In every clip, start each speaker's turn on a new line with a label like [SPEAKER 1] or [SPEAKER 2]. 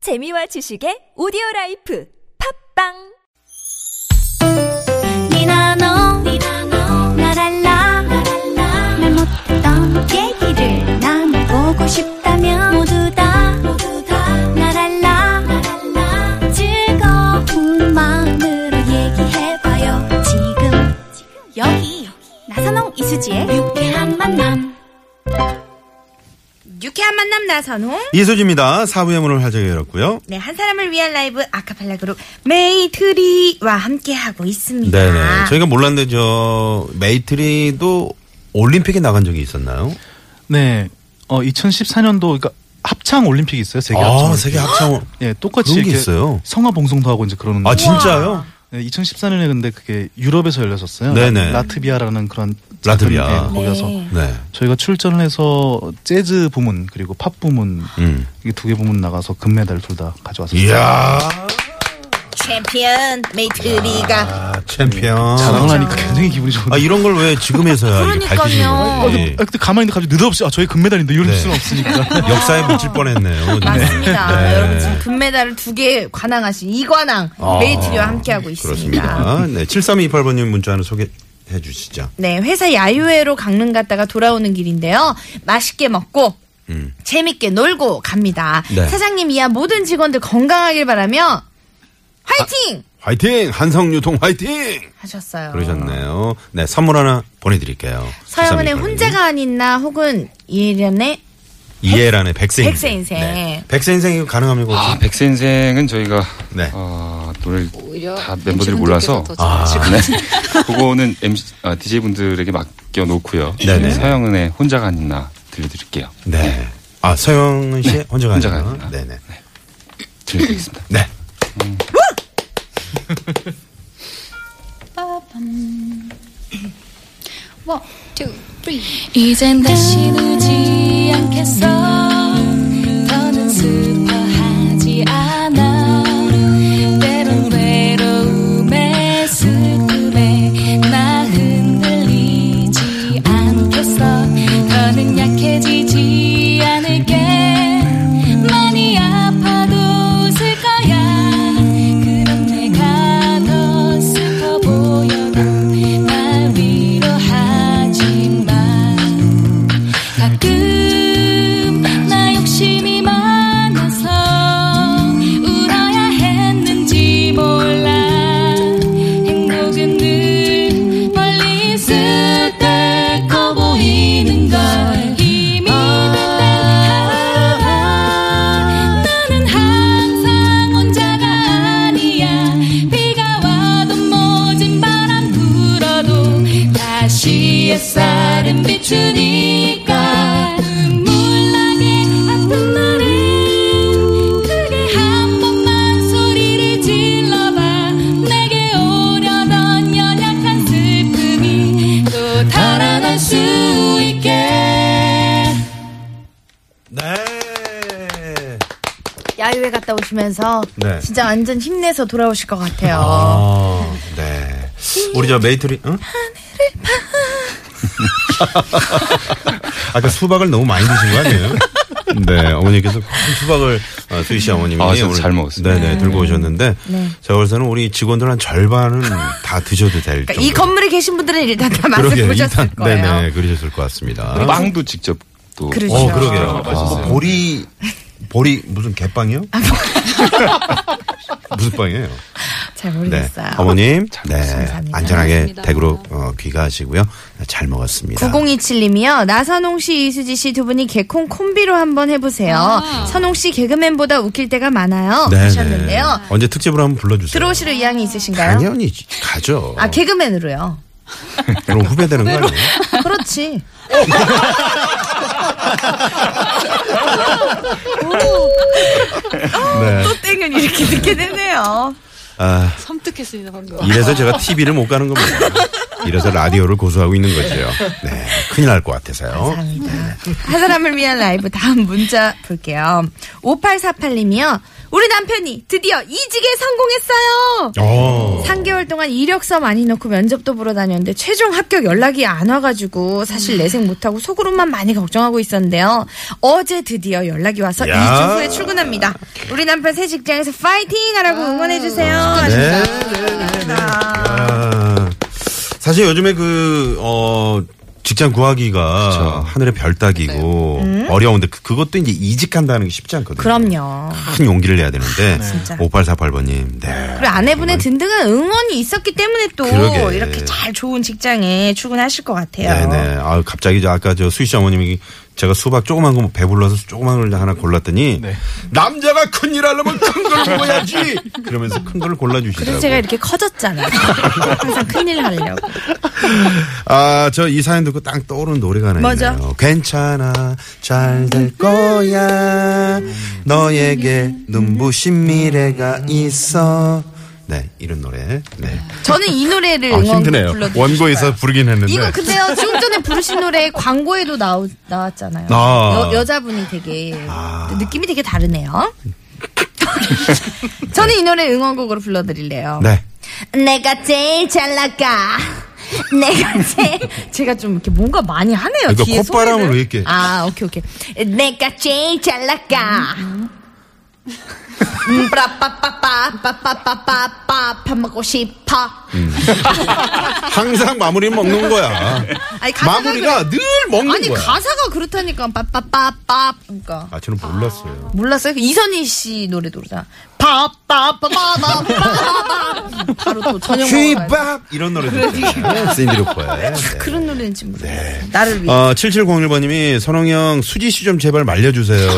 [SPEAKER 1] 재미와 지식의 오디오 라이프 팝빵
[SPEAKER 2] 니나노 나랄라 말 못했던 얘기를 나눠보고 싶다면 모두 다 나랄라 즐거운 마음으로 얘기해봐요 지금 여기 나선홍 이수지의 유쾌한 만남
[SPEAKER 3] 유쾌한 만남 나선홍.
[SPEAKER 4] 이수지입니다. 사부의 문을 활짝 열었고요.
[SPEAKER 3] 네, 한 사람을 위한 라이브 아카펠라 그룹 메이트리와 함께 하고 있습니다.
[SPEAKER 4] 네네. 저희가 몰랐는데 저 메이트리도 올림픽에 나간 적이 있었나요?
[SPEAKER 5] 네. 어 2014년도 그러니까 합창 올림픽이 있어요. 세계 합창.
[SPEAKER 4] 아,
[SPEAKER 5] 올림픽.
[SPEAKER 4] 세계 합창.
[SPEAKER 5] 예, 똑같이
[SPEAKER 4] 그런 게
[SPEAKER 5] 이렇게
[SPEAKER 4] 있어요?
[SPEAKER 5] 성화 봉송도 하고 이제 그러는데.
[SPEAKER 4] 아, 진짜요?
[SPEAKER 5] 네, 2014년에 근데 그게 유럽에서 열렸었어요.
[SPEAKER 4] 네네.
[SPEAKER 5] 라- 라트비아라는 그런
[SPEAKER 4] 라트비아.
[SPEAKER 5] 작은, 예, 거기서
[SPEAKER 3] 네.
[SPEAKER 4] 네.
[SPEAKER 5] 저희가 출전을 해서 재즈 부문 그리고 팝 부문
[SPEAKER 4] 음.
[SPEAKER 5] 이게 두 개 부문 나가서 금메달 둘 다 가져왔어요.
[SPEAKER 4] 이야,
[SPEAKER 3] 챔피언 메이트리가
[SPEAKER 4] 아, 챔피언.
[SPEAKER 5] 자랑하니까 굉장히 기분이 좋은데.
[SPEAKER 4] 아, 이런 걸 왜 지금에서야 이게 밝히시는
[SPEAKER 3] 그러니까요.
[SPEAKER 5] 아,
[SPEAKER 4] 거예요?
[SPEAKER 5] 근데,
[SPEAKER 4] 예.
[SPEAKER 5] 아, 근데 가만히 있는데 갑자기 느닷없이 아 저희 금메달인데 이럴
[SPEAKER 4] 네.
[SPEAKER 5] 수는 없으니까.
[SPEAKER 3] 어,
[SPEAKER 4] 역사에 묻힐 뻔했네요. 네.
[SPEAKER 3] 맞습니다.
[SPEAKER 4] 네.
[SPEAKER 3] 여러분 지금 금메달을 두 개 관왕하신 이관왕
[SPEAKER 4] 아,
[SPEAKER 3] 메이트리와 함께 하고 있습니다.
[SPEAKER 4] 그렇습니다. 네. 7328번님 문자 하나 소개해 주시죠.
[SPEAKER 3] 네, 회사 야유회로 강릉 갔다가 돌아오는 길인데요. 맛있게 먹고
[SPEAKER 4] 음.
[SPEAKER 3] 재밌게 놀고 갑니다.
[SPEAKER 4] 네.
[SPEAKER 3] 사장님 이하 모든 직원들 건강하길 바라며 화이팅
[SPEAKER 4] 화이팅! 한성유통 화이팅!
[SPEAKER 3] 하셨어요.
[SPEAKER 4] 아. 그러셨네요. 네, 선물 하나 보내드릴게요.
[SPEAKER 3] 서영은의
[SPEAKER 4] 7328 번님.
[SPEAKER 3] 혼자가 아닌 나 혹은 예련의
[SPEAKER 4] 이해란의 백세 인생.
[SPEAKER 3] 백세 인생.
[SPEAKER 4] 네. 백세 인생이 이거 가능합니까? 혹시?
[SPEAKER 6] 아, 백세 인생은 저희가
[SPEAKER 4] 네.
[SPEAKER 6] 어, 노래를 다 멤버들이 몰라서 아, 네. 그거는 MC, 아, DJ분들에게 맡겨 놓고요.
[SPEAKER 4] 네네.
[SPEAKER 6] 서영은의 혼자가 아닌 나 들려드릴게요.
[SPEAKER 4] 네. 아, 서영은 씨 혼자
[SPEAKER 6] 혼자
[SPEAKER 4] 가니까.
[SPEAKER 6] 가니까.
[SPEAKER 4] 네네.
[SPEAKER 6] 들려드리겠습니다.
[SPEAKER 4] 네.
[SPEAKER 7] 이젠 다시 우지 않겠어 더는 슬퍼하지 않아 때론 외로움에 슬픔에 나 흔들리지 않겠어 더는 약해지지 않을게 많이 아파도 웃을 거야 그럼 내가 더 슬퍼 보여도 날 위로하지만 가끔 나 욕심이 많아서 울어야 했는지 몰라 행복은 늘 멀리 있을 때 커 보이는 걸 이미 알아 나는 항상 혼자가 아니야 비가 와도 모진 바람 불어도 다시 햇살은 비추니까 눈물나게 아픈 날엔 크게 한 번만 소리를 질러봐 내게 오려던 연약한 슬픔이 또 달아날 수 있게
[SPEAKER 4] 네.
[SPEAKER 3] 야유회 갔다 오시면서
[SPEAKER 4] 네.
[SPEAKER 3] 진짜 완전 힘내서 돌아오실 것 같아요.
[SPEAKER 4] 아, 네. 우리 저 메이트리, 응? 아까 수박을 너무 많이 드신 거 아니에요? 네, 어머니께서 큰 수박을 어, 수희 씨 어머님이
[SPEAKER 6] 아, 저잘 먹었습니다.
[SPEAKER 4] 네네 들고 오셨는데 제가 볼 때는 우리 직원들 한 절반은 다 드셔도 될
[SPEAKER 3] 그러니까
[SPEAKER 4] 정도.
[SPEAKER 3] 이 건물에 계신 분들은 일단 다 맛을
[SPEAKER 4] 그러게요.
[SPEAKER 3] 보셨을
[SPEAKER 4] 일단-
[SPEAKER 3] 거예요.
[SPEAKER 4] 네네 그러셨을 것 같습니다.
[SPEAKER 6] 빵도 직접 또
[SPEAKER 3] 그러죠. 뭐
[SPEAKER 4] 어, 그러게요.
[SPEAKER 6] 아, 맛있어요.
[SPEAKER 4] 보리, 보리, 무슨 개빵이요?
[SPEAKER 3] 아,
[SPEAKER 4] 무슨 빵이에요?
[SPEAKER 3] 잘
[SPEAKER 4] 네.
[SPEAKER 3] 모르겠어요.
[SPEAKER 4] 어머님, 네.
[SPEAKER 3] 감사합니다.
[SPEAKER 4] 안전하게 댁으로 어, 귀가하시고요. 네, 잘 먹었습니다.
[SPEAKER 3] 9027님이요. 나선홍 씨, 이수지 씨 두 분이 개콘 콤비로 한번 해보세요. 선홍 씨 개그맨보다 웃길 때가 많아요.
[SPEAKER 4] 네,
[SPEAKER 3] 하셨는데요.
[SPEAKER 4] 네. 언제 특집으로 한번 불러주세요.
[SPEAKER 3] 들어오실 의향이 있으신가요?
[SPEAKER 4] 당연히 가죠.
[SPEAKER 3] 아, 개그맨으로요.
[SPEAKER 4] 그럼 후배 되는 거 아니에요?
[SPEAKER 3] 그렇지.
[SPEAKER 4] 네.
[SPEAKER 3] 또 땡은 이렇게 듣게 되네요.
[SPEAKER 4] 아,
[SPEAKER 7] 섬뜩했습니다 방금
[SPEAKER 4] 이래서 제가 TV를 못 가는 겁니다. 이래서 라디오를 고수하고 있는 거죠. 네, 큰일 날 것 같아서요.
[SPEAKER 3] 감사합니다.
[SPEAKER 4] 네.
[SPEAKER 3] 한 사람을 위한 라이브 다음 문자 볼게요. 5848님이요. 우리 남편이 드디어 이직에 성공했어요.
[SPEAKER 4] 어.
[SPEAKER 3] 3개월 동안 이력서 많이 넣고 면접도 보러 다녔는데 최종 합격 연락이 안 와가지고 사실 내색 못하고 속으로만 많이 걱정하고 있었는데요. 어제 드디어 연락이 와서
[SPEAKER 4] 야.
[SPEAKER 3] 2주 후에 출근합니다. 우리 남편 새 직장에서 파이팅 하라고 응원해주세요.
[SPEAKER 4] 네, 네, 네, 네. 아, 사실 요즘에 그, 어, 직장 구하기가
[SPEAKER 6] 그쵸.
[SPEAKER 4] 하늘의 별 따기고 어려운데 그- 그것도 이제 이직한다는 게 쉽지 않거든요.
[SPEAKER 3] 음? 그럼요. 네.
[SPEAKER 4] 큰 용기를 내야 되는데
[SPEAKER 3] 진짜.
[SPEAKER 4] 5848번님. 네.
[SPEAKER 3] 그리고 아내분의 든든한 응원이 있었기 때문에 또
[SPEAKER 4] 그러게.
[SPEAKER 3] 이렇게 잘 좋은 직장에 출근하실 것 같아요.
[SPEAKER 4] 네네. 아 갑자기 저 아까 저 수희 씨 어머님이 제가 수박 조그만 거 배불러서 조그만 걸 하나 골랐더니
[SPEAKER 5] 네.
[SPEAKER 4] 남자가 큰 일 하려면 큰 걸 먹어야지. 그러면서 큰 걸
[SPEAKER 3] 그래서
[SPEAKER 4] 골라주시더라고요.
[SPEAKER 3] 제가 이렇게 커졌잖아요. 항상 큰일 하려고.
[SPEAKER 4] 아, 저 이 사연 듣고 딱 떠오르는 노래가 하나
[SPEAKER 3] 뭐죠?
[SPEAKER 4] 있네요. 괜찮아, 잘 될 거야. 너에게 눈부신 미래가 있어. 네, 이런 노래. 네.
[SPEAKER 3] 저는 이 노래를
[SPEAKER 4] 아,
[SPEAKER 3] 응원
[SPEAKER 4] 힘드네요.
[SPEAKER 3] 불러드리고
[SPEAKER 4] 원고에서
[SPEAKER 3] 싶어요.
[SPEAKER 4] 부르긴 했는데.
[SPEAKER 3] 이거 근데요 지금 전에 부르신 노래 광고에도 나오, 나왔잖아요.
[SPEAKER 4] 아.
[SPEAKER 3] 여, 자분이 되게 느낌이 되게 다르네요. 저는 이 노래 응원곡으로 불러드릴래요.
[SPEAKER 4] 네.
[SPEAKER 3] 내가 제일 잘 나가. 내가 제일 제가 좀 이렇게 뭔가 많이 하네요.
[SPEAKER 4] 그러니까
[SPEAKER 3] 뒤에
[SPEAKER 4] 콧바람으로
[SPEAKER 3] 소리를.
[SPEAKER 4] 이렇게.
[SPEAKER 3] 아 오케이 오케이. 내가 제일 잘 나가. 음, 빠빠빠빠빠빠빠빠빠 밥 먹고 싶어.
[SPEAKER 4] 항상 마무리 먹는 거야.
[SPEAKER 3] 아니, 가사가
[SPEAKER 4] 마무리가 늘 먹는
[SPEAKER 3] 아니
[SPEAKER 4] 거야.
[SPEAKER 3] 가사가 그렇다니까 빠빠빠빠 그러니까
[SPEAKER 4] 아, 저는 몰랐어요.
[SPEAKER 3] 몰랐어요. 그 이선희 씨 노래 노래잖아. 빠빠빠빠빠빠빠 바로 또 저녁 아, 네, 먹어.
[SPEAKER 4] 휘밥! 이런 노래 듣잖아요. 네, 샌디로퍼의.
[SPEAKER 3] 그런 노래는 지금 몰라요. 나를 위해.
[SPEAKER 4] 어, 7701번님이 선홍형 수지 씨 좀 제발 말려주세요. 네,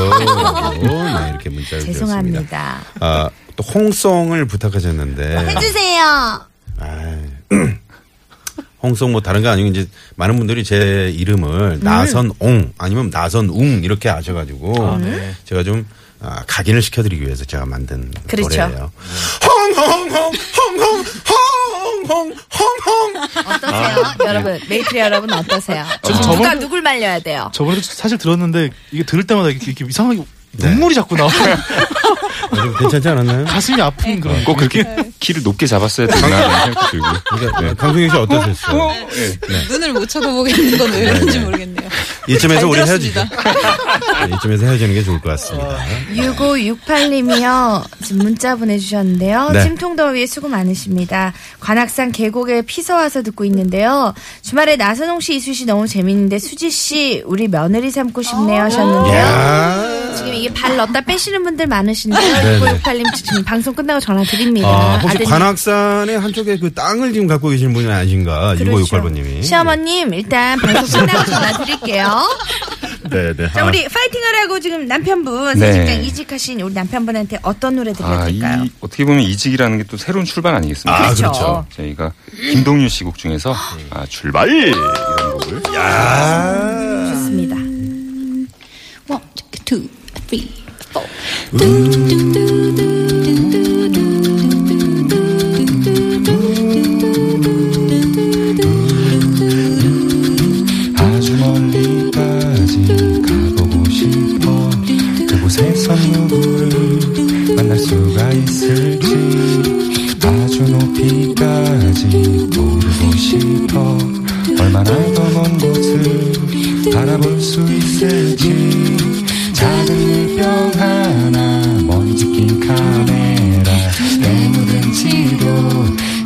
[SPEAKER 4] 이렇게 문자를 드렸습니다.
[SPEAKER 3] 죄송합니다. 아,
[SPEAKER 4] 아, 또 홍송을 부탁하셨는데
[SPEAKER 3] 해주세요.
[SPEAKER 4] 홍송 뭐 다른 거 아니고 이제 많은 분들이 제 이름을
[SPEAKER 3] 음.
[SPEAKER 4] 나선옹 아니면 나선웅 이렇게 아셔가지고
[SPEAKER 3] 네.
[SPEAKER 4] 제가 좀 아, 각인을 시켜드리기 위해서 제가 만든
[SPEAKER 3] 그렇죠.
[SPEAKER 4] 노래예요. 홍홍홍 홍홍 홍홍 홍홍
[SPEAKER 3] 어떠세요?
[SPEAKER 4] 아, 예.
[SPEAKER 3] 여러분, 메이트리 여러분 어떠세요?
[SPEAKER 5] 저는
[SPEAKER 3] 누가
[SPEAKER 5] 저번-
[SPEAKER 3] 누굴 말려야 돼요?
[SPEAKER 5] 저번에도 사실 들었는데 이게 들을 때마다 이렇게, 이렇게 이상하게
[SPEAKER 4] 네.
[SPEAKER 5] 눈물이 자꾸 나와.
[SPEAKER 4] 요즘 아, 괜찮지 않았나요?
[SPEAKER 5] 가슴이 아픈 그런.
[SPEAKER 6] 어, 꼭
[SPEAKER 3] 네.
[SPEAKER 6] 그렇게 키를 높게 잡았어야
[SPEAKER 4] 아.
[SPEAKER 6] 되나 라는 생각도 들고. 네.
[SPEAKER 4] 그러니까, 강승희 씨 어떠셨어요?
[SPEAKER 3] 네.
[SPEAKER 4] 네.
[SPEAKER 7] 눈을 못 쳐다보겠는 건 왜 그런지 모르겠네요.
[SPEAKER 4] 이쯤에서
[SPEAKER 7] 잘
[SPEAKER 4] 우리 헤어지죠.
[SPEAKER 7] 들었습니다.
[SPEAKER 4] 네, 이쯤에서 헤어지는 게 좋을 것 같습니다.
[SPEAKER 3] 6568님이요. 지금 문자 보내주셨는데요.
[SPEAKER 4] 네.
[SPEAKER 3] 찜통더위에 수고 많으십니다. 관악산 계곡에 피서 와서 듣고 있는데요. 주말에 나선홍 씨, 이수 씨 너무 재밌는데 수지 씨 우리 며느리 삼고 싶네요
[SPEAKER 4] 예.
[SPEAKER 3] 하셨는데요.
[SPEAKER 4] 야.
[SPEAKER 3] 지금 이게 발 넣다 빼시는 분들 많으신데요.
[SPEAKER 4] 네.
[SPEAKER 3] 6568님 지금 방송 끝나고 전화 드립니다.
[SPEAKER 4] 아, 혹시
[SPEAKER 3] 어, 아드님.
[SPEAKER 4] 관악산의 한쪽에 그 땅을 지금 갖고 계신 분이 아니신가?
[SPEAKER 3] 그렇죠.
[SPEAKER 4] 6568번님이.
[SPEAKER 3] 시어머님 일단 방송 끝나고 전화 드릴게요.
[SPEAKER 4] 네, 네.
[SPEAKER 3] 자 우리 파이팅하라고 지금 남편분
[SPEAKER 6] 네.
[SPEAKER 3] 사직장 이직하신 우리 남편분한테 어떤 노래
[SPEAKER 6] 아, 이,
[SPEAKER 3] 들려드릴까요?
[SPEAKER 6] 어떻게 보면 이직이라는 게 또 새로운 출발 아니겠습니까?
[SPEAKER 4] 아, 그렇죠. 그렇죠.
[SPEAKER 6] 저희가 김동률 씨 곡 중에서 아, 출발! 이런 곡을.
[SPEAKER 3] 좋습니다.
[SPEAKER 7] One, two, three, four.
[SPEAKER 6] 아주 멀리까지 가보고 싶어 그곳에선 누구를 만날 수가 있을지 아주 높이까지 오르고 싶어 얼마나 더 먼 곳을 바라볼 수 있을지 작은 물병 하나 먼지 낀 카메라 내 묻은 지도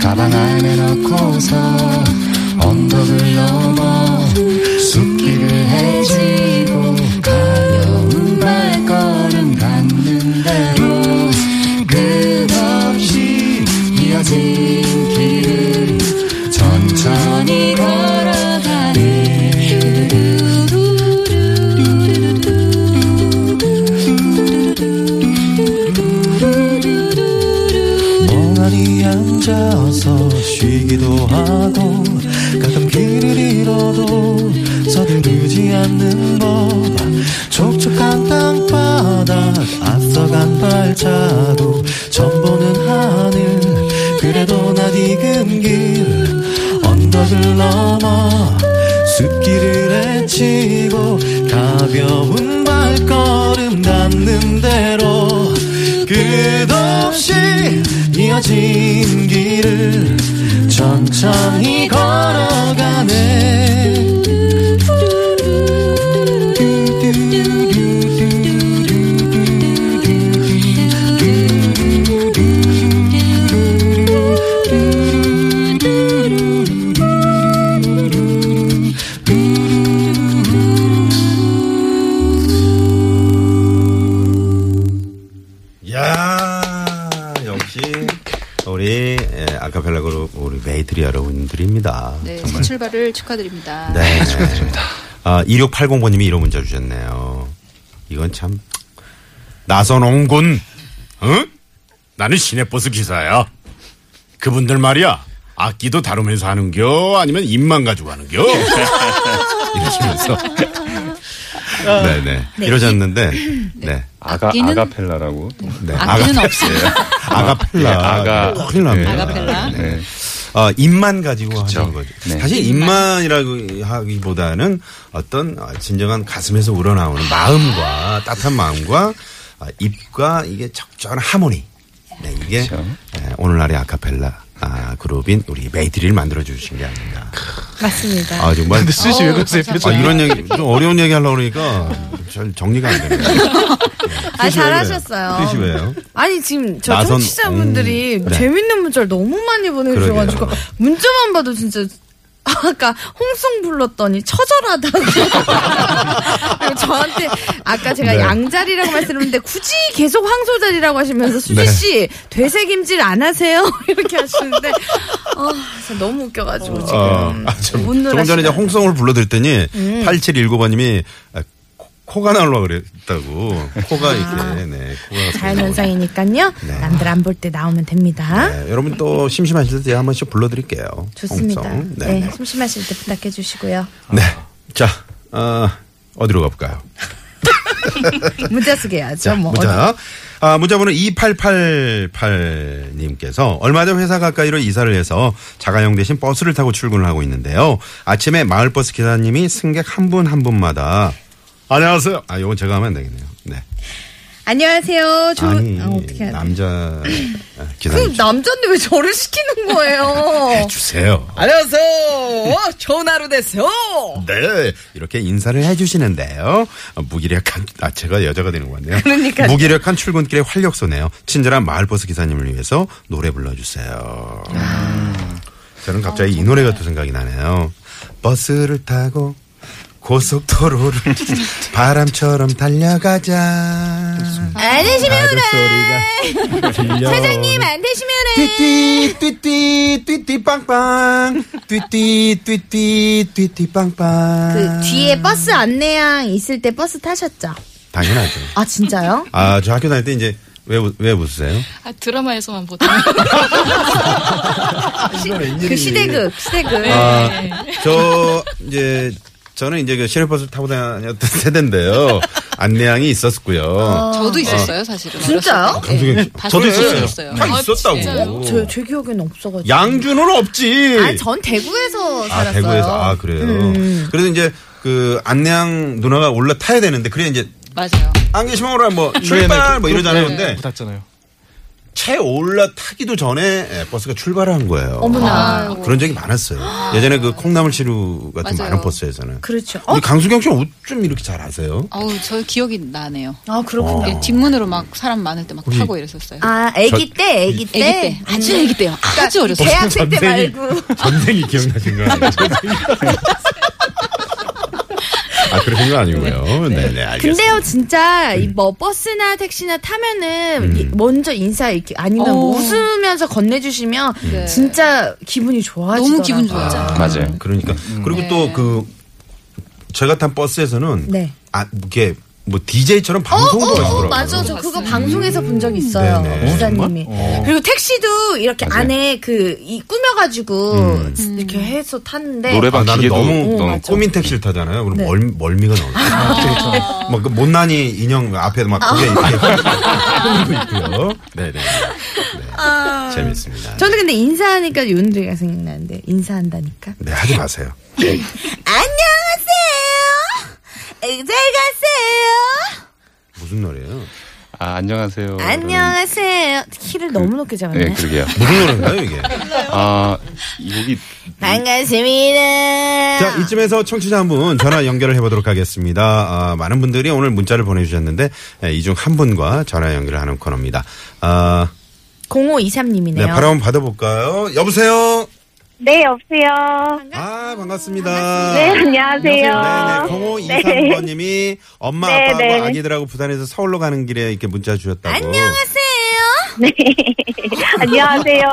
[SPEAKER 6] 가방 안에 넣고서 언덕을 넘어 숲길을 헤지고 가벼운 발걸음 닿는 대로 끝없이 이어진 길을 천천히 걸어가네
[SPEAKER 8] 멍하니 앉아서 쉬기도 하고 가끔 길을 잃어도 서두르지 않는 법 촉촉한 땅바닥 앞서간 발자국 전 보는 하늘 그래도 낯 익은 길 언덕 언덕을 넘어 숲길을 헤치고 가벼운 발걸음 닿는 대로 끝없이 이어진 길을 천천히 걸어가네
[SPEAKER 4] 야 역시 우리 예, 아카펠라 그룹 우리 메이트리 여러분들입니다.
[SPEAKER 9] 네,
[SPEAKER 4] 정말.
[SPEAKER 9] 새 출발을 축하드립니다.
[SPEAKER 4] 네. 축하드립니다. 아, 2680번님이 이런 문자 주셨네요. 이건 참 나선홍군, 응? 나는 시내버스 기사야. 그분들 말이야. 악기도 다루면서 하는겨, 아니면 입만 가지고 하는겨. 이러시면서.
[SPEAKER 9] 아,
[SPEAKER 4] 네네. 이러셨는데, 네.
[SPEAKER 6] 아가
[SPEAKER 9] 악기는-
[SPEAKER 6] 아가펠라라고.
[SPEAKER 4] 네.
[SPEAKER 9] 악기는
[SPEAKER 4] 아가-
[SPEAKER 9] 없어요.
[SPEAKER 4] 아가펠라. 네,
[SPEAKER 6] 예, 아가-
[SPEAKER 4] 큰일 납니다.
[SPEAKER 9] 아가펠라.
[SPEAKER 6] 네.
[SPEAKER 4] 어, 입만 가지고 하는 거죠.
[SPEAKER 6] 네.
[SPEAKER 4] 사실 입만이라고 하기보다는 어떤 어, 진정한 가슴에서 우러나오는 마음과 따뜻한 마음과 어, 입과 이게 적절한 하모니. 네, 이게
[SPEAKER 6] 그렇죠.
[SPEAKER 4] 예, 오늘날의 아카펠라 아, 그룹인 우리 메이드리를 만들어 주신 게 아닌가.
[SPEAKER 3] 맞습니다.
[SPEAKER 4] 아 정말
[SPEAKER 5] 근데 수지 씨왜 그러세요?
[SPEAKER 4] 아,
[SPEAKER 5] 표정이?
[SPEAKER 4] 이런 얘기 좀 어려운 얘기 하려고 그러니까 잘 정리가 안 되네요.
[SPEAKER 3] 아,
[SPEAKER 4] 뜻이 왜 그래요?
[SPEAKER 3] 잘하셨어요.
[SPEAKER 4] 뜻이 왜요?
[SPEAKER 3] 아니 지금 저
[SPEAKER 4] 나선-
[SPEAKER 3] 청취자분들이
[SPEAKER 4] 음. 네.
[SPEAKER 3] 재밌는 문자를 너무 많이 보내주셔가지고
[SPEAKER 4] 그러게요.
[SPEAKER 3] 문자만 봐도 진짜 아까 홍송 불렀더니 처절하다고 그리고 저한테 아까 제가
[SPEAKER 4] 네.
[SPEAKER 3] 양자리라고 말씀드렸는데 굳이 계속 황소자리라고 하시면서 수지
[SPEAKER 4] 네.
[SPEAKER 3] 씨 되새김질 안 하세요 이렇게 하시는데 아 진짜 너무 웃겨가지고 지금
[SPEAKER 4] 어, 아, 저-
[SPEAKER 3] 네. 못 음. 놀아
[SPEAKER 4] 조금 전에 이제 홍성을 불러드렸더니 8719번님이 아, 코가 나올라 그랬다고 코가 이렇게 네 코가
[SPEAKER 3] 아. 자연현상이니까요 남들 안 볼 때 나오면 됩니다
[SPEAKER 4] 네, 여러분 또 심심하실 때 한 번씩 불러드릴게요.
[SPEAKER 3] 좋습니다
[SPEAKER 4] 홍성.
[SPEAKER 3] 네,
[SPEAKER 4] 네.
[SPEAKER 3] 심심하실 때 부탁해 주시고요
[SPEAKER 4] 네. 자 어, 어디로 가볼까요?
[SPEAKER 3] 문자 소개하죠.
[SPEAKER 4] 자,
[SPEAKER 3] 뭐 어디-
[SPEAKER 4] 문자. 아, 문자번호 2888님께서 얼마 전 회사 가까이로 이사를 해서 자가용 대신 버스를 타고 출근을 하고 있는데요. 아침에 마을버스 기사님이 승객 한 분 한 분마다 안녕하세요. 아, 이건 제가 하면 안 되겠네요. 네.
[SPEAKER 3] 안녕하세요. 저
[SPEAKER 4] 아니,
[SPEAKER 3] 아, 어떻게 해야 돼?
[SPEAKER 4] 남자
[SPEAKER 3] 그
[SPEAKER 4] 기사님.
[SPEAKER 3] 남잔데 왜 저를 시키는 거예요?
[SPEAKER 4] 주세요.
[SPEAKER 3] 안녕하세요. 좋은 하루 되세요.
[SPEAKER 4] 네. 이렇게 인사를 해주시는데요. 아, 무기력한, 아, 제가 여자가 되는 것 같네요.
[SPEAKER 3] 그러니까요.
[SPEAKER 4] 무기력한 출근길의 활력소네요. 친절한 마을버스 기사님을 위해서 노래 불러주세요. 저는 갑자기 이 노래가 또 생각이 나네요. 버스를 타고 고속도로를 바람처럼 달려가자.
[SPEAKER 3] 안
[SPEAKER 4] 아,
[SPEAKER 3] 되시면
[SPEAKER 4] 아들 소리가 들려.
[SPEAKER 3] 사장님 안 되시면
[SPEAKER 4] 띠띠 띠띠 띠띠 빵빵 띠띠 띠띠 띠띠 빵빵
[SPEAKER 3] 그 뒤에 버스 안내양 있을 때 버스 타셨죠?
[SPEAKER 4] 당연하죠.
[SPEAKER 3] 아 진짜요?
[SPEAKER 4] 아 저 학교 다닐 때 이제 왜, 웃- 왜 웃으세요?
[SPEAKER 9] 아, 드라마에서만 보다.
[SPEAKER 3] 그 시대극 시대극.
[SPEAKER 4] 아저 이제 저는 이제 그 시내버스 타고 다녔던 세대인데요. 안내양이 있었고요. 아,
[SPEAKER 9] 저도 있었어요, 사실은. 네.
[SPEAKER 3] 진짜요?
[SPEAKER 4] 강수경 씨.
[SPEAKER 9] 저도 있었어요. 있었어요.
[SPEAKER 4] 다
[SPEAKER 9] 아,
[SPEAKER 4] 있었다고.
[SPEAKER 3] 제, 제 기억에는 없어가지고.
[SPEAKER 4] 양주는 없지.
[SPEAKER 3] 아니 전 대구에서 살았어요.
[SPEAKER 4] 아, 대구에서. 아, 그래요. 그래서 이제 그 안내양 누나가 올라 타야 되는데, 그래 이제
[SPEAKER 9] 맞아요.
[SPEAKER 4] 안 계시면 오라 뭐
[SPEAKER 5] 네,
[SPEAKER 4] 출발
[SPEAKER 5] 네,
[SPEAKER 4] 뭐 이러잖아요.
[SPEAKER 5] 네,
[SPEAKER 4] 근데
[SPEAKER 5] 닫잖아요.
[SPEAKER 4] 채 올라 타기도 전에 예, 버스가 출발을 한 거예요.
[SPEAKER 3] 어머나.
[SPEAKER 4] 아, 그런 적이 많았어요. 예전에 그 콩나물 시루 같은
[SPEAKER 9] 맞아요.
[SPEAKER 4] 많은 버스에서는.
[SPEAKER 3] 그렇죠. 어?
[SPEAKER 4] 우리 강수경 씨는 어쩜 이렇게 잘 아세요?
[SPEAKER 9] 어우, 저 기억이 나네요.
[SPEAKER 3] 아
[SPEAKER 7] 어.
[SPEAKER 3] 그렇군요.
[SPEAKER 9] 이렇게 뒷문으로 막 사람 많을 때 막 타고 이랬었어요.
[SPEAKER 3] 아 애기 때
[SPEAKER 9] 애기
[SPEAKER 3] 애기 때.
[SPEAKER 9] 때. 네. 그러니까 아주 애기 때요. 아주 어렸어요.
[SPEAKER 3] 대학생 때 말고.
[SPEAKER 4] 전쟁이 기억나신가? 아, 그러신 건 아니고요. 네, 네, 알겠습니다.
[SPEAKER 3] 근데요, 진짜, 이 뭐, 버스나 택시나 타면은, 이- 먼저 인사, 이렇게, 아니면 뭐
[SPEAKER 9] 어.
[SPEAKER 3] 웃으면서 건네주시면, 진짜 기분이 좋아지더라고요.
[SPEAKER 9] 너무 기분 좋았죠.
[SPEAKER 4] 음,
[SPEAKER 6] 맞아요.
[SPEAKER 4] 그러니까 그리고 또 그 제가 탄 버스에서는
[SPEAKER 3] 네. 어,
[SPEAKER 4] 아 이게 뭐 DJ처럼 방송도 하시더라고요.
[SPEAKER 10] 맞아. 저 그거 방송에서 본 적 있어요.
[SPEAKER 4] 네네. 어,
[SPEAKER 3] 기사님이. 그리고 택시도 이렇게
[SPEAKER 6] 맞아요.
[SPEAKER 3] 안에 그, 이 꾸며가지고
[SPEAKER 4] 음.
[SPEAKER 3] 이렇게 해서 탔는데.
[SPEAKER 4] 아,
[SPEAKER 6] 노래방
[SPEAKER 4] 나는
[SPEAKER 6] 기계도
[SPEAKER 4] 너무
[SPEAKER 6] 넣어놓고.
[SPEAKER 4] 꼬민 택시를 타잖아요. 그럼 멀, 멀미가 나오죠. 네. 아, 막그 못난이 인형 앞에 막 그게 이렇게 흔들고 있고요. 네네. 네. 아. 재밌습니다.
[SPEAKER 3] 저는 근데 인사하니까 요런데가 생각나는데. 인사한다니까.
[SPEAKER 4] 네, 하지 마세요.
[SPEAKER 3] 안녕하세요. 잘
[SPEAKER 4] 어,
[SPEAKER 3] 가세요.
[SPEAKER 4] 무슨 노래예요?
[SPEAKER 6] 아, 안녕하세요.
[SPEAKER 4] 네.
[SPEAKER 3] 안녕하세요.
[SPEAKER 4] 그,
[SPEAKER 3] 키를 너무 높게 잡았네.
[SPEAKER 6] 네, 그러게요.
[SPEAKER 4] 무슨 노래인가요, 이게?
[SPEAKER 6] 아, 이 곡이
[SPEAKER 3] 반갑습니다.
[SPEAKER 4] 그. 자, 이쯤에서 청취자 한 분 전화 연결을 해보도록 하겠습니다. 아, 많은 분들이 오늘 문자를 보내주셨는데, 예, 이 중 한 분과 전화 연결을 하는 코너입니다. 아,
[SPEAKER 3] 0523님이네요.
[SPEAKER 4] 네, 바로 한번 받아볼까요? 여보세요?
[SPEAKER 10] 네, 여보세요.
[SPEAKER 4] 아, 반갑습니다.
[SPEAKER 10] 네, 안녕하세요.
[SPEAKER 4] 네네, 0523번님이 엄마,
[SPEAKER 10] 네,
[SPEAKER 4] 아빠하고
[SPEAKER 10] 네.
[SPEAKER 4] 아기들하고 부산에서 서울로 가는 길에 이렇게 문자 주셨다고.
[SPEAKER 10] 네. 안녕하세요.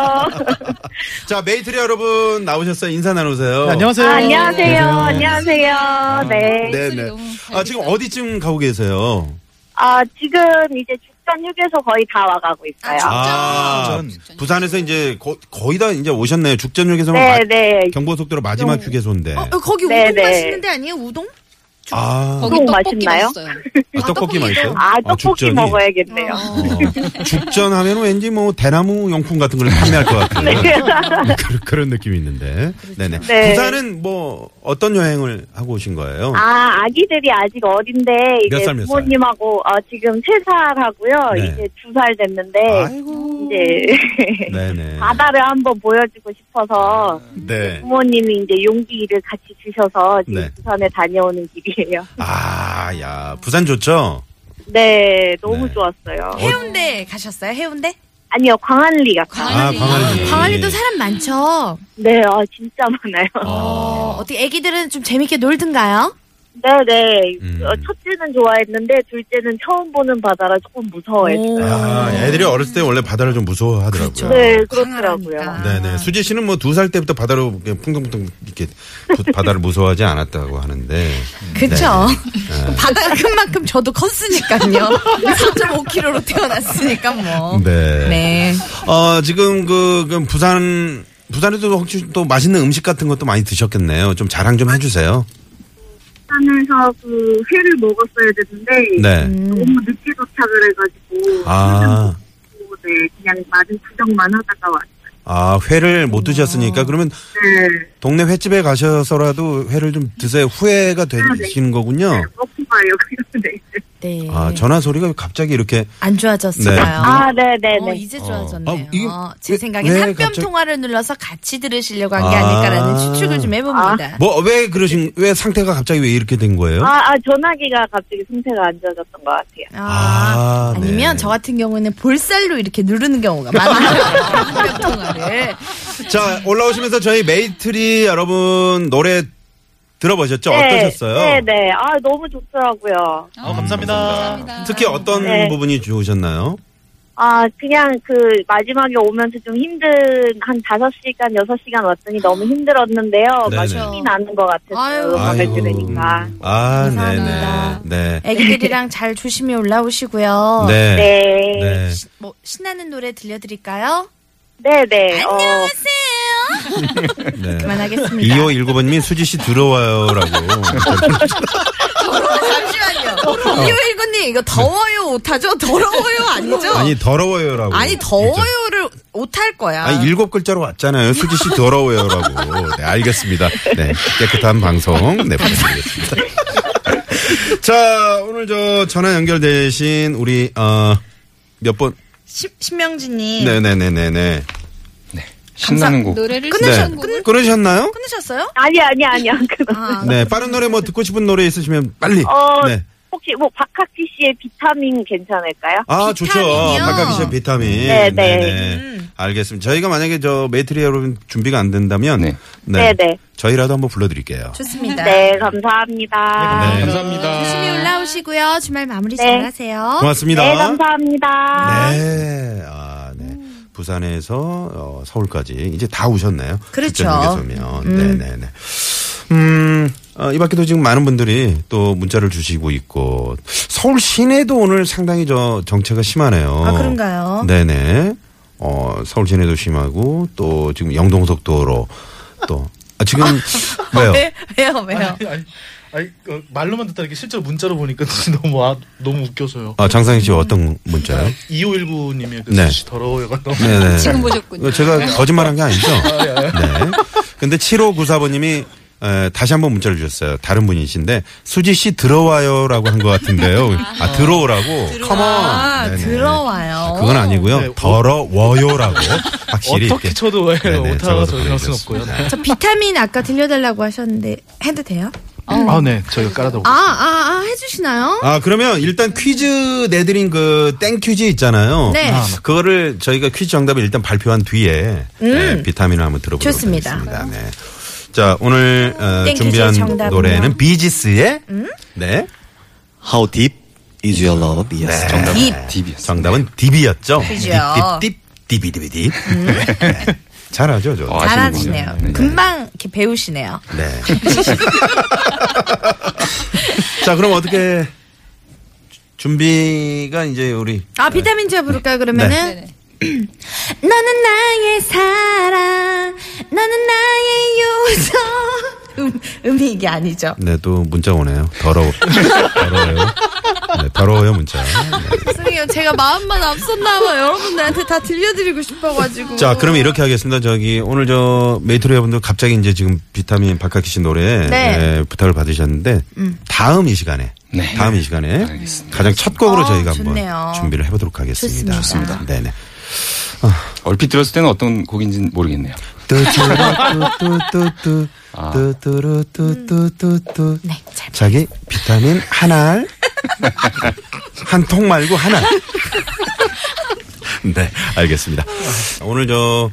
[SPEAKER 4] 자, 메이트리 여러분 나오셨어요. 인사 나누세요.
[SPEAKER 5] 네, 안녕하세요.
[SPEAKER 10] 아,
[SPEAKER 5] 네.
[SPEAKER 10] 안녕하세요. 안녕하세요. 네.
[SPEAKER 4] 네네. 아, 지금 어디쯤 가고 계세요?
[SPEAKER 10] 아, 지금 이제 죽전 휴게소 거의 다 와가고 있어요.
[SPEAKER 4] 아,
[SPEAKER 5] 죽전.
[SPEAKER 4] 부산에서 이제 거, 거의 다 이제 오셨네요. 죽전역에서
[SPEAKER 10] 네, 네.
[SPEAKER 4] 경보속도로 마지막 휴게소인데.
[SPEAKER 3] 어, 어, 거기
[SPEAKER 10] 네,
[SPEAKER 3] 우동
[SPEAKER 10] 네.
[SPEAKER 3] 맛있는 데 아니에요? 우동?
[SPEAKER 4] 아,
[SPEAKER 9] 거기
[SPEAKER 10] 또
[SPEAKER 9] 떡볶이
[SPEAKER 10] 음, 맛있나요?
[SPEAKER 9] 맛있어요.
[SPEAKER 4] 아, 떡볶이 맛있어요?
[SPEAKER 10] 아, 떡볶이
[SPEAKER 4] 죽전이?
[SPEAKER 10] 먹어야겠네요.
[SPEAKER 3] 음.
[SPEAKER 4] 어, 죽전 하면 왠지 뭐 대나무 용품 같은 걸 판매할 것 같은 그런, 그런 느낌이 있는데. 네네.
[SPEAKER 10] 네.
[SPEAKER 4] 부산은 뭐 어떤 여행을 하고 오신 거예요?
[SPEAKER 10] 아, 아기들이 아직 어린데,
[SPEAKER 4] 몇
[SPEAKER 10] 이제
[SPEAKER 4] 살, 몇 살?
[SPEAKER 10] 부모님하고, 어, 지금 세살 하고요.
[SPEAKER 4] 네.
[SPEAKER 10] 이제 두 살 됐는데,
[SPEAKER 4] 아이고.
[SPEAKER 10] 이제,
[SPEAKER 4] 네네.
[SPEAKER 10] 네. 바다를 한번 보여주고 싶어서,
[SPEAKER 4] 네.
[SPEAKER 10] 부모님이 이제 용기를 같이 주셔서, 지금
[SPEAKER 4] 네.
[SPEAKER 10] 부산에 다녀오는 길이에요.
[SPEAKER 4] 아, 야, 부산 좋죠?
[SPEAKER 10] 네, 너무
[SPEAKER 4] 네.
[SPEAKER 10] 좋았어요.
[SPEAKER 3] 해운대 가셨어요? 해운대?
[SPEAKER 10] 아니요, 광안리 갔어요.
[SPEAKER 4] 아, 광안리.
[SPEAKER 3] 광안리도 사람 많죠?
[SPEAKER 10] 네, 아, 진짜 많아요.
[SPEAKER 3] 어, 어떻게 애기들은 좀 재밌게 놀든가요?
[SPEAKER 10] 네네.
[SPEAKER 4] 음.
[SPEAKER 10] 어, 첫째는 좋아했는데, 둘째는 처음 보는 바다라 조금 무서워했어요.
[SPEAKER 4] 아, 애들이 어렸을 때 원래 바다를 좀 무서워하더라고요.
[SPEAKER 3] 그렇죠.
[SPEAKER 10] 네, 그렇더라고요.
[SPEAKER 3] 강하니까.
[SPEAKER 4] 네네. 수지 씨는 뭐 두 살 때부터 바다로 이렇게 풍덩풍덩 이렇게 부- 바다를 무서워하지 않았다고 하는데.
[SPEAKER 3] 그쵸.
[SPEAKER 4] 네, 네네.
[SPEAKER 3] 바다 큰만큼 저도 컸으니까요. 3.5kg로 태어났으니까 뭐.
[SPEAKER 4] 네.
[SPEAKER 3] 네.
[SPEAKER 4] 어, 지금 그, 그 부산, 부산에도 혹시 또 맛있는 음식 같은 것도 많이 드셨겠네요. 좀 자랑 좀 해주세요.
[SPEAKER 10] 부산에서 그 회를 먹었어야 되는데,
[SPEAKER 4] 네.
[SPEAKER 3] 음.
[SPEAKER 10] 너무 늦게 도착을 해가지고,
[SPEAKER 4] 아,
[SPEAKER 10] 그래서 네, 그냥 마중 구경만 하다가 왔어요.
[SPEAKER 4] 아, 회를 못 드셨으니까 그러면
[SPEAKER 10] 네,
[SPEAKER 4] 동네 횟집에 가셔서라도 회를 좀 드세요.
[SPEAKER 10] 아,
[SPEAKER 4] 후회가
[SPEAKER 10] 네.
[SPEAKER 4] 되시는 거군요.
[SPEAKER 10] 먹고 가요. 그런데.
[SPEAKER 3] 네.
[SPEAKER 4] 아, 전화 소리가 갑자기 이렇게.
[SPEAKER 3] 안
[SPEAKER 4] 네.
[SPEAKER 3] 좋아졌어요.
[SPEAKER 10] 아, 네네네.
[SPEAKER 3] 어, 이제 좋아졌네요. 어,
[SPEAKER 4] 아, 이게
[SPEAKER 3] 제
[SPEAKER 4] 왜-
[SPEAKER 3] 생각엔
[SPEAKER 4] 왜
[SPEAKER 3] 한뼘
[SPEAKER 4] 갑자기-
[SPEAKER 3] 통화를 눌러서 같이 들으시려고 한 게
[SPEAKER 4] 아.
[SPEAKER 3] 아닐까라는 추측을 좀 해봅니다.
[SPEAKER 4] 뭐, 왜 그러신, 왜 상태가 갑자기 왜 이렇게 된 거예요?
[SPEAKER 10] 아, 아, 전화기가 갑자기 상태가 안 좋아졌던 것 같아요.
[SPEAKER 3] 아,
[SPEAKER 4] 아,
[SPEAKER 3] 니면
[SPEAKER 4] 네.
[SPEAKER 3] 저 같은 경우는 볼살로 이렇게 누르는 경우가 많아요. 몇 통화를.
[SPEAKER 4] 자,
[SPEAKER 10] 네.
[SPEAKER 4] 올라오시면서 저희 메이트리 여러분 노래 들어보셨죠? 어떠셨어요?
[SPEAKER 10] 네. 네네. 아, 너무 좋더라고요.
[SPEAKER 5] 어, 감사합니다.
[SPEAKER 9] 감사합니다.
[SPEAKER 4] 특히 어떤
[SPEAKER 10] 네.
[SPEAKER 4] 부분이 좋으셨나요?
[SPEAKER 10] 아, 그냥 그 마지막에 오면서 좀 힘든 한 5시간, 6시간 왔더니 너무 힘들었는데요. 막
[SPEAKER 4] 네네.
[SPEAKER 10] 힘이 나는 것
[SPEAKER 3] 아유.
[SPEAKER 10] 같았어요. 음악을 들으니까.
[SPEAKER 4] 아, 네네.
[SPEAKER 3] 감사합니다.
[SPEAKER 4] 네.
[SPEAKER 3] 애기들이랑 잘 조심히 올라오시고요.
[SPEAKER 4] 네.
[SPEAKER 10] 네. 네.
[SPEAKER 4] 네.
[SPEAKER 3] 뭐 신나는 노래 들려드릴까요?
[SPEAKER 10] 네네. 어,
[SPEAKER 4] 네.
[SPEAKER 3] 그만하겠습니다.
[SPEAKER 4] 2519번님이 수지씨 들어와요라고.
[SPEAKER 3] 어, 잠시만요. 2519님 이거 더워요 못하죠? 더러워요 아니죠?
[SPEAKER 4] 아니, 네, 더러워요라고.
[SPEAKER 3] 아니, 더워요를 못할 거야.
[SPEAKER 4] 네. 아니, 일곱 글자로 왔잖아요. 수지씨 더러워요라고. 네, 알겠습니다. 네. 깨끗한 방송. 네, 부탁드리겠습니다. 자, 오늘 저 전화 연결되신 우리, 어, 몇 번?
[SPEAKER 3] 시- 신명진님
[SPEAKER 4] 네네네네네.
[SPEAKER 6] 신나는 곡.
[SPEAKER 9] 노래를
[SPEAKER 4] 네.
[SPEAKER 9] 쓰는 곡은
[SPEAKER 4] 끊으셨나요?
[SPEAKER 3] 끊으셨어요?
[SPEAKER 10] 아니, 아니, 아니. 안 그거.
[SPEAKER 3] 아,
[SPEAKER 4] 네, 빠른 노래 뭐 듣고 싶은 노래 있으시면 빨리.
[SPEAKER 10] 어,
[SPEAKER 4] 네.
[SPEAKER 10] 혹시 뭐 박학기 씨의 비타민 괜찮을까요?
[SPEAKER 4] 아, 좋죠.
[SPEAKER 3] 비타민이요?
[SPEAKER 4] 박학기 씨의 비타민.
[SPEAKER 10] 네, 네.
[SPEAKER 4] 알겠습니다. 저희가 만약에 저 메트리 여러분 준비가 안 된다면 네.
[SPEAKER 6] 네.
[SPEAKER 10] 네, 네.
[SPEAKER 4] 저희라도 한번 불러 드릴게요.
[SPEAKER 3] 좋습니다.
[SPEAKER 10] 네, 감사합니다.
[SPEAKER 4] 네.
[SPEAKER 6] 감사합니다.
[SPEAKER 3] 조심히 올라오시고요. 주말 마무리
[SPEAKER 10] 네.
[SPEAKER 3] 잘하세요.
[SPEAKER 4] 고맙습니다.
[SPEAKER 10] 네, 감사합니다.
[SPEAKER 4] 네. 아, 네. 부산에서 어, 서울까지 이제 다 오셨네요.
[SPEAKER 3] 그렇죠.
[SPEAKER 4] 면 네네네. 음, 어, 이 밖에도 지금 많은 분들이 또 문자를 주시고 있고 서울 시내도 오늘 상당히 저 정체가 심하네요.
[SPEAKER 3] 아, 그런가요?
[SPEAKER 4] 네네. 어, 서울 시내도 심하고 또 지금 영동속도로 또 아, 지금 왜요?
[SPEAKER 3] 왜, 네. 왜요, 왜요?
[SPEAKER 5] 아니, 아니, 아니, 그 말로만 듣다 이렇게 실제로 문자로 보니까 너무 아, 너무 웃겨서요.
[SPEAKER 4] 아, 장상희 씨 어떤 문자요?
[SPEAKER 5] 2519님의 그
[SPEAKER 4] 네.
[SPEAKER 5] 수시 더러워요가 너무
[SPEAKER 4] 네네.
[SPEAKER 9] 지금 보셨군요.
[SPEAKER 4] 제가 거짓말한 게 아니죠? 네. 근데 7594번님이 다시 한번 문자를 주셨어요. 다른 분이신데 수지 씨 들어와요라고 한 것 같은데요. 아 들어오라고.
[SPEAKER 3] 아,
[SPEAKER 4] 네네.
[SPEAKER 3] 들어와요.
[SPEAKER 4] 그건 아니고요.
[SPEAKER 5] 네, 오-
[SPEAKER 4] 더러워요라고
[SPEAKER 5] 어떻게
[SPEAKER 4] 확실히 이렇게.
[SPEAKER 5] 쳐도 예,
[SPEAKER 4] 네네,
[SPEAKER 5] 오타가
[SPEAKER 4] 적어서
[SPEAKER 5] 적용할 순 없고요.
[SPEAKER 4] 보내드렸습니다.
[SPEAKER 3] 저 비타민 아까 들려달라고 하셨는데 해도 돼요?
[SPEAKER 9] 어.
[SPEAKER 5] 아, 네, 저희가 깔아다
[SPEAKER 3] 아,
[SPEAKER 5] 보고.
[SPEAKER 3] 아, 아 해주시나요?
[SPEAKER 4] 아 그러면 일단 퀴즈 내드린 그 땡퀴즈 있잖아요.
[SPEAKER 3] 네. 아.
[SPEAKER 4] 그거를 저희가 퀴즈 정답을 일단 발표한 뒤에 네, 비타민을 한번 들어보도록
[SPEAKER 3] 음. 좋습니다.
[SPEAKER 4] 하겠습니다. 네. 자 오늘 어,
[SPEAKER 3] 땡퀴즈
[SPEAKER 4] 준비한
[SPEAKER 3] 정답은요? 음?
[SPEAKER 4] 노래는 비지스의 네
[SPEAKER 8] How deep is your love? Yes.
[SPEAKER 5] 네.
[SPEAKER 4] 정답은
[SPEAKER 3] 딥.
[SPEAKER 6] 딥이었어요.
[SPEAKER 4] 정답은 딥이었죠.
[SPEAKER 3] 그죠.
[SPEAKER 4] 딥딥딥 딥이디비딥.
[SPEAKER 3] 음.
[SPEAKER 4] 네. 잘하죠, 저.
[SPEAKER 6] 어, 아시는군요.
[SPEAKER 3] 잘하시네요.
[SPEAKER 6] 네.
[SPEAKER 3] 금방 이렇게 배우시네요.
[SPEAKER 4] 네. 자, 그럼 어떻게 준비가 이제 우리
[SPEAKER 3] 아 비타민 제가 부를까요 그러면은
[SPEAKER 4] 네.
[SPEAKER 3] 음. 너는 나의 사랑 너는 나의 요소 음, 음이 이게 아니죠
[SPEAKER 4] 네, 또 문자 오네요. 더러워. 더러워요. 네, 더러워요, 문자. 네.
[SPEAKER 3] 죄송해요 제가 마음만 앞섰나봐 여러분들한테 다 들려드리고 싶어가지고
[SPEAKER 4] 자, 그럼 이렇게 하겠습니다. 저기 오늘 저 메이트로 여러분들 갑자기 이제 지금 비타민 박학기 씨 노래
[SPEAKER 3] 네.
[SPEAKER 4] 예, 부탁을 받으셨는데 다음 이 시간에
[SPEAKER 6] 네.
[SPEAKER 4] 다음 이 시간에
[SPEAKER 6] 알겠습니다.
[SPEAKER 4] 가장 첫 곡으로
[SPEAKER 3] 아,
[SPEAKER 4] 저희가
[SPEAKER 3] 좋네요.
[SPEAKER 4] 한번 준비를 해보도록 하겠습니다.
[SPEAKER 3] 좋습니다. 좋습니다.
[SPEAKER 4] 네네.
[SPEAKER 6] 얼핏 들었을 때는 어떤 곡인지는 모르겠네요.
[SPEAKER 4] 뚜뚜루뚜뚜뚜뚜,
[SPEAKER 6] 아.
[SPEAKER 4] 뚜뚜루뚜뚜뚜뚜.
[SPEAKER 3] 네, 잘
[SPEAKER 4] 자기 비타민 한 알. 한 통 말고 하나. 네, 알겠습니다. 오늘 저,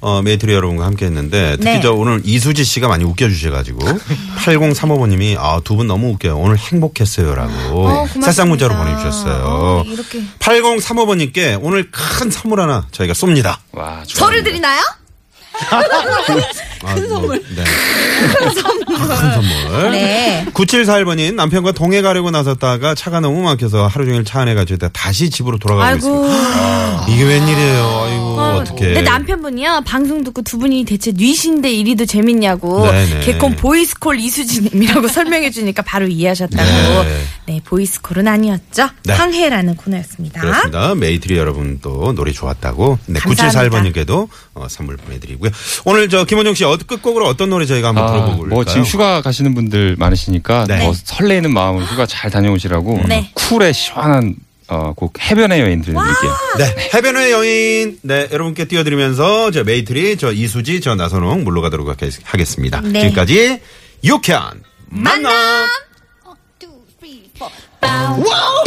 [SPEAKER 4] 어, 메이트리 여러분과 함께 했는데, 특히
[SPEAKER 3] 네.
[SPEAKER 4] 저 오늘 이수지 씨가 많이 웃겨주셔가지고, 8035번님이, 아, 두 분 너무 웃겨요. 오늘 행복했어요라고,
[SPEAKER 3] 고맙습니다.
[SPEAKER 4] 새싹 문자로 보내주셨어요.
[SPEAKER 3] 어, 이렇게.
[SPEAKER 4] 8035번님께 오늘 큰 선물 하나 저희가 쏩니다.
[SPEAKER 6] 와, 좋아.
[SPEAKER 3] 저를 드리나요?
[SPEAKER 4] 큰 선물. 네. 큰 선물.
[SPEAKER 3] 네
[SPEAKER 4] 9741번인 남편과 동해 가려고 나섰다가 차가 너무 막혀서 하루 종일 차 안에 가지고 있다 다시 집으로 돌아가고
[SPEAKER 3] 아이고
[SPEAKER 4] 있습니다. 이게 웬일이에요. 아이고, 어떡해.
[SPEAKER 3] 내 남편분이요 방송 듣고 두 분이 대체 뉘신데 이리도 재밌냐고
[SPEAKER 4] 네네.
[SPEAKER 3] 개콘 보이스콜 이수진님이라고 설명해 주니까 바로 이해하셨다고
[SPEAKER 4] 네.
[SPEAKER 3] 네, 보이스콜은 아니었죠
[SPEAKER 4] 네.
[SPEAKER 3] 항해라는 코너였습니다
[SPEAKER 4] 그렇습니다. 메이트리 여러분 또 노래 좋았다고. 네,
[SPEAKER 3] 감사합니다.
[SPEAKER 4] 9741번님께도 어, 선물 보내드리고요. 오늘 저 김원영 씨 어- 끝곡으로 어떤 노래 저희가 한번 들어볼까요?
[SPEAKER 6] 뭐 지금 휴가 가시는 분들 많으시니까
[SPEAKER 4] 네.
[SPEAKER 6] 더 설레는 마음으로 휴가 잘 다녀오시라고
[SPEAKER 3] 네.
[SPEAKER 6] 쿨의 시원한 어, 곡 해변의 여인 들려드릴게요.
[SPEAKER 4] 네, 해변의 여인. 네, 여러분께 띄워드리면서 저 메이트리, 저 이수지, 저 나선홍 물러가도록 하- 하겠습니다.
[SPEAKER 3] 네.
[SPEAKER 4] 지금까지 유쾌한 만남.
[SPEAKER 2] One, two, three, four. Bow, wow,